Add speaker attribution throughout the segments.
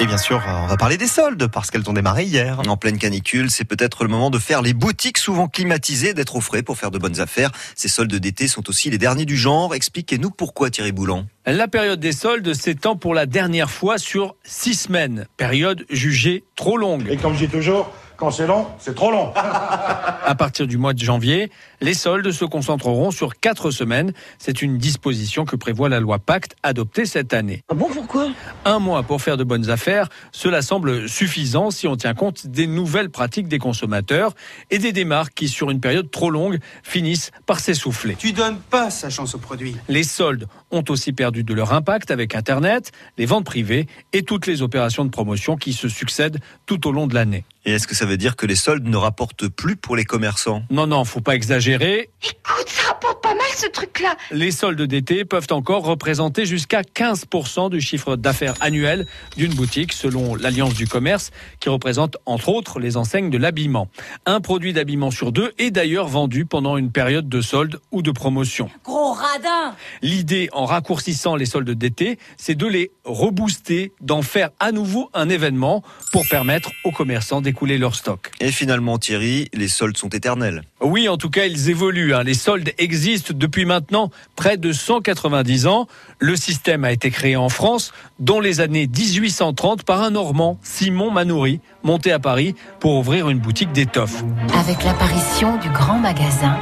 Speaker 1: Et bien sûr, euh, on va parler des soldes parce qu'elles ont démarré hier.
Speaker 2: En pleine canicule, c'est peut-être le moment de faire les boutiques souvent climatisées, d'être au frais pour faire de bonnes affaires. Ces soldes d'été sont aussi les derniers du genre. Expliquez-nous pourquoi Thierry Boulan.
Speaker 3: La période des soldes s'étend pour la dernière fois sur six semaines, période jugée trop longue.
Speaker 4: Et comme je dis toujours, quand c'est long, c'est trop long.
Speaker 3: À partir du mois de janvier, les soldes se concentreront sur quatre semaines. C'est une disposition que prévoit la loi Pacte adoptée cette année.
Speaker 5: Ah bon, pourquoi
Speaker 3: Un mois pour faire de bonnes affaires, cela semble suffisant si on tient compte des nouvelles pratiques des consommateurs et des démarques qui, sur une période trop longue, finissent par s'essouffler.
Speaker 6: Tu donnes pas sa chance au produit.
Speaker 3: Les soldes ont aussi perdu de leur impact avec Internet, les ventes privées et toutes les opérations de promotion qui se succèdent tout au long de l'année.
Speaker 2: Et est-ce que ça veut dire que les soldes ne rapportent plus pour les commerçants
Speaker 3: Non, non, faut pas exagérer.
Speaker 7: Écoute, ça rapporte pas mal ce truc-là.
Speaker 3: Les soldes d'été peuvent encore représenter jusqu'à 15% du chiffre d'affaires annuel d'une boutique, selon l'Alliance du commerce, qui représente entre autres les enseignes de l'habillement. Un produit d'habillement sur deux est d'ailleurs vendu pendant une période de solde ou de promotion.
Speaker 5: Gros radin
Speaker 3: L'idée, en raccourcissant les soldes d'été, c'est de les rebooster, d'en faire à nouveau un événement pour permettre aux commerçants d'écouler leur stock.
Speaker 2: Et finalement, Thierry, les soldes sont éternels.
Speaker 3: Oui, en tout cas, ils évoluent. hein. Les soldes existent depuis maintenant près de 190 ans. Le système a été créé en France dans les années 1830 par un Normand, Simon Manoury, monté à Paris pour ouvrir une boutique d'étoffes.
Speaker 8: Avec l'apparition du grand magasin,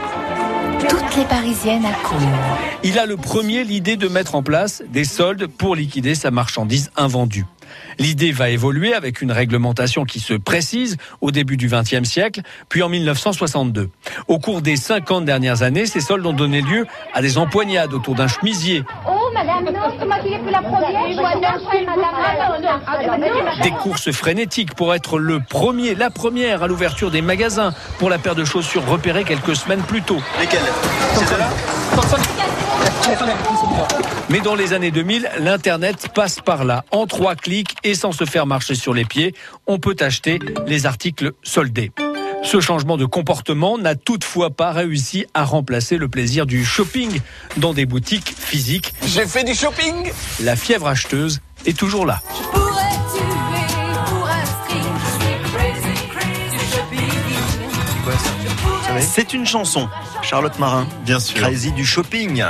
Speaker 8: toutes les Parisiennes accourent.
Speaker 3: Il a le premier l'idée de mettre en place des soldes pour liquider sa marchandise invendue. L'idée va évoluer avec une réglementation qui se précise au début du XXe siècle, puis en 1962. Au cours des 50 dernières années, ces soldes ont donné lieu à des empoignades autour d'un chemisier,
Speaker 7: Oh, madame, non, c'est moi qui ai pris la première. Je vois non, c'est madame. Ah, non, non.
Speaker 3: Des courses frénétiques pour être le premier, la première à l'ouverture des magasins pour la paire de chaussures repérée quelques semaines plus tôt.
Speaker 2: Lesquels Celles-là
Speaker 3: Mais dans les années 2000, l'Internet passe par là. En trois clics et sans se faire marcher sur les pieds, on peut acheter les articles soldés. Ce changement de comportement n'a toutefois pas réussi à remplacer le plaisir du shopping dans des boutiques physiques. J'ai fait du shopping La fièvre acheteuse est toujours là.
Speaker 9: Pourrais tuer pour un string, je suis crazy, crazy, shopping.
Speaker 1: C'est une chanson,
Speaker 2: Charlotte Marin.
Speaker 1: bien sûr.
Speaker 2: Crazy du shopping.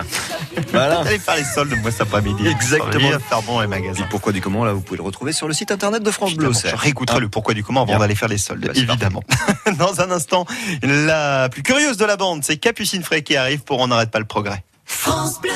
Speaker 2: voilà.
Speaker 1: Allez faire les soldes, moi, cet après-midi.
Speaker 2: Exactement.
Speaker 1: Ça va Faire bon les
Speaker 2: Du
Speaker 1: magasins.
Speaker 2: pourquoi du comment, là, vous pouvez le retrouver sur le site internet de France Bleu.
Speaker 1: Évidemment,
Speaker 2: Auxerre.
Speaker 1: Je réécouterai le pourquoi du comment avant
Speaker 2: Bien.
Speaker 1: d'aller faire les soldes,
Speaker 2: Bah, c'est
Speaker 1: évidemment. Dans un instant, la plus curieuse de la bande, c'est Capucine Frey qui arrive pour On n'arrête pas le progrès.
Speaker 9: France Bleu.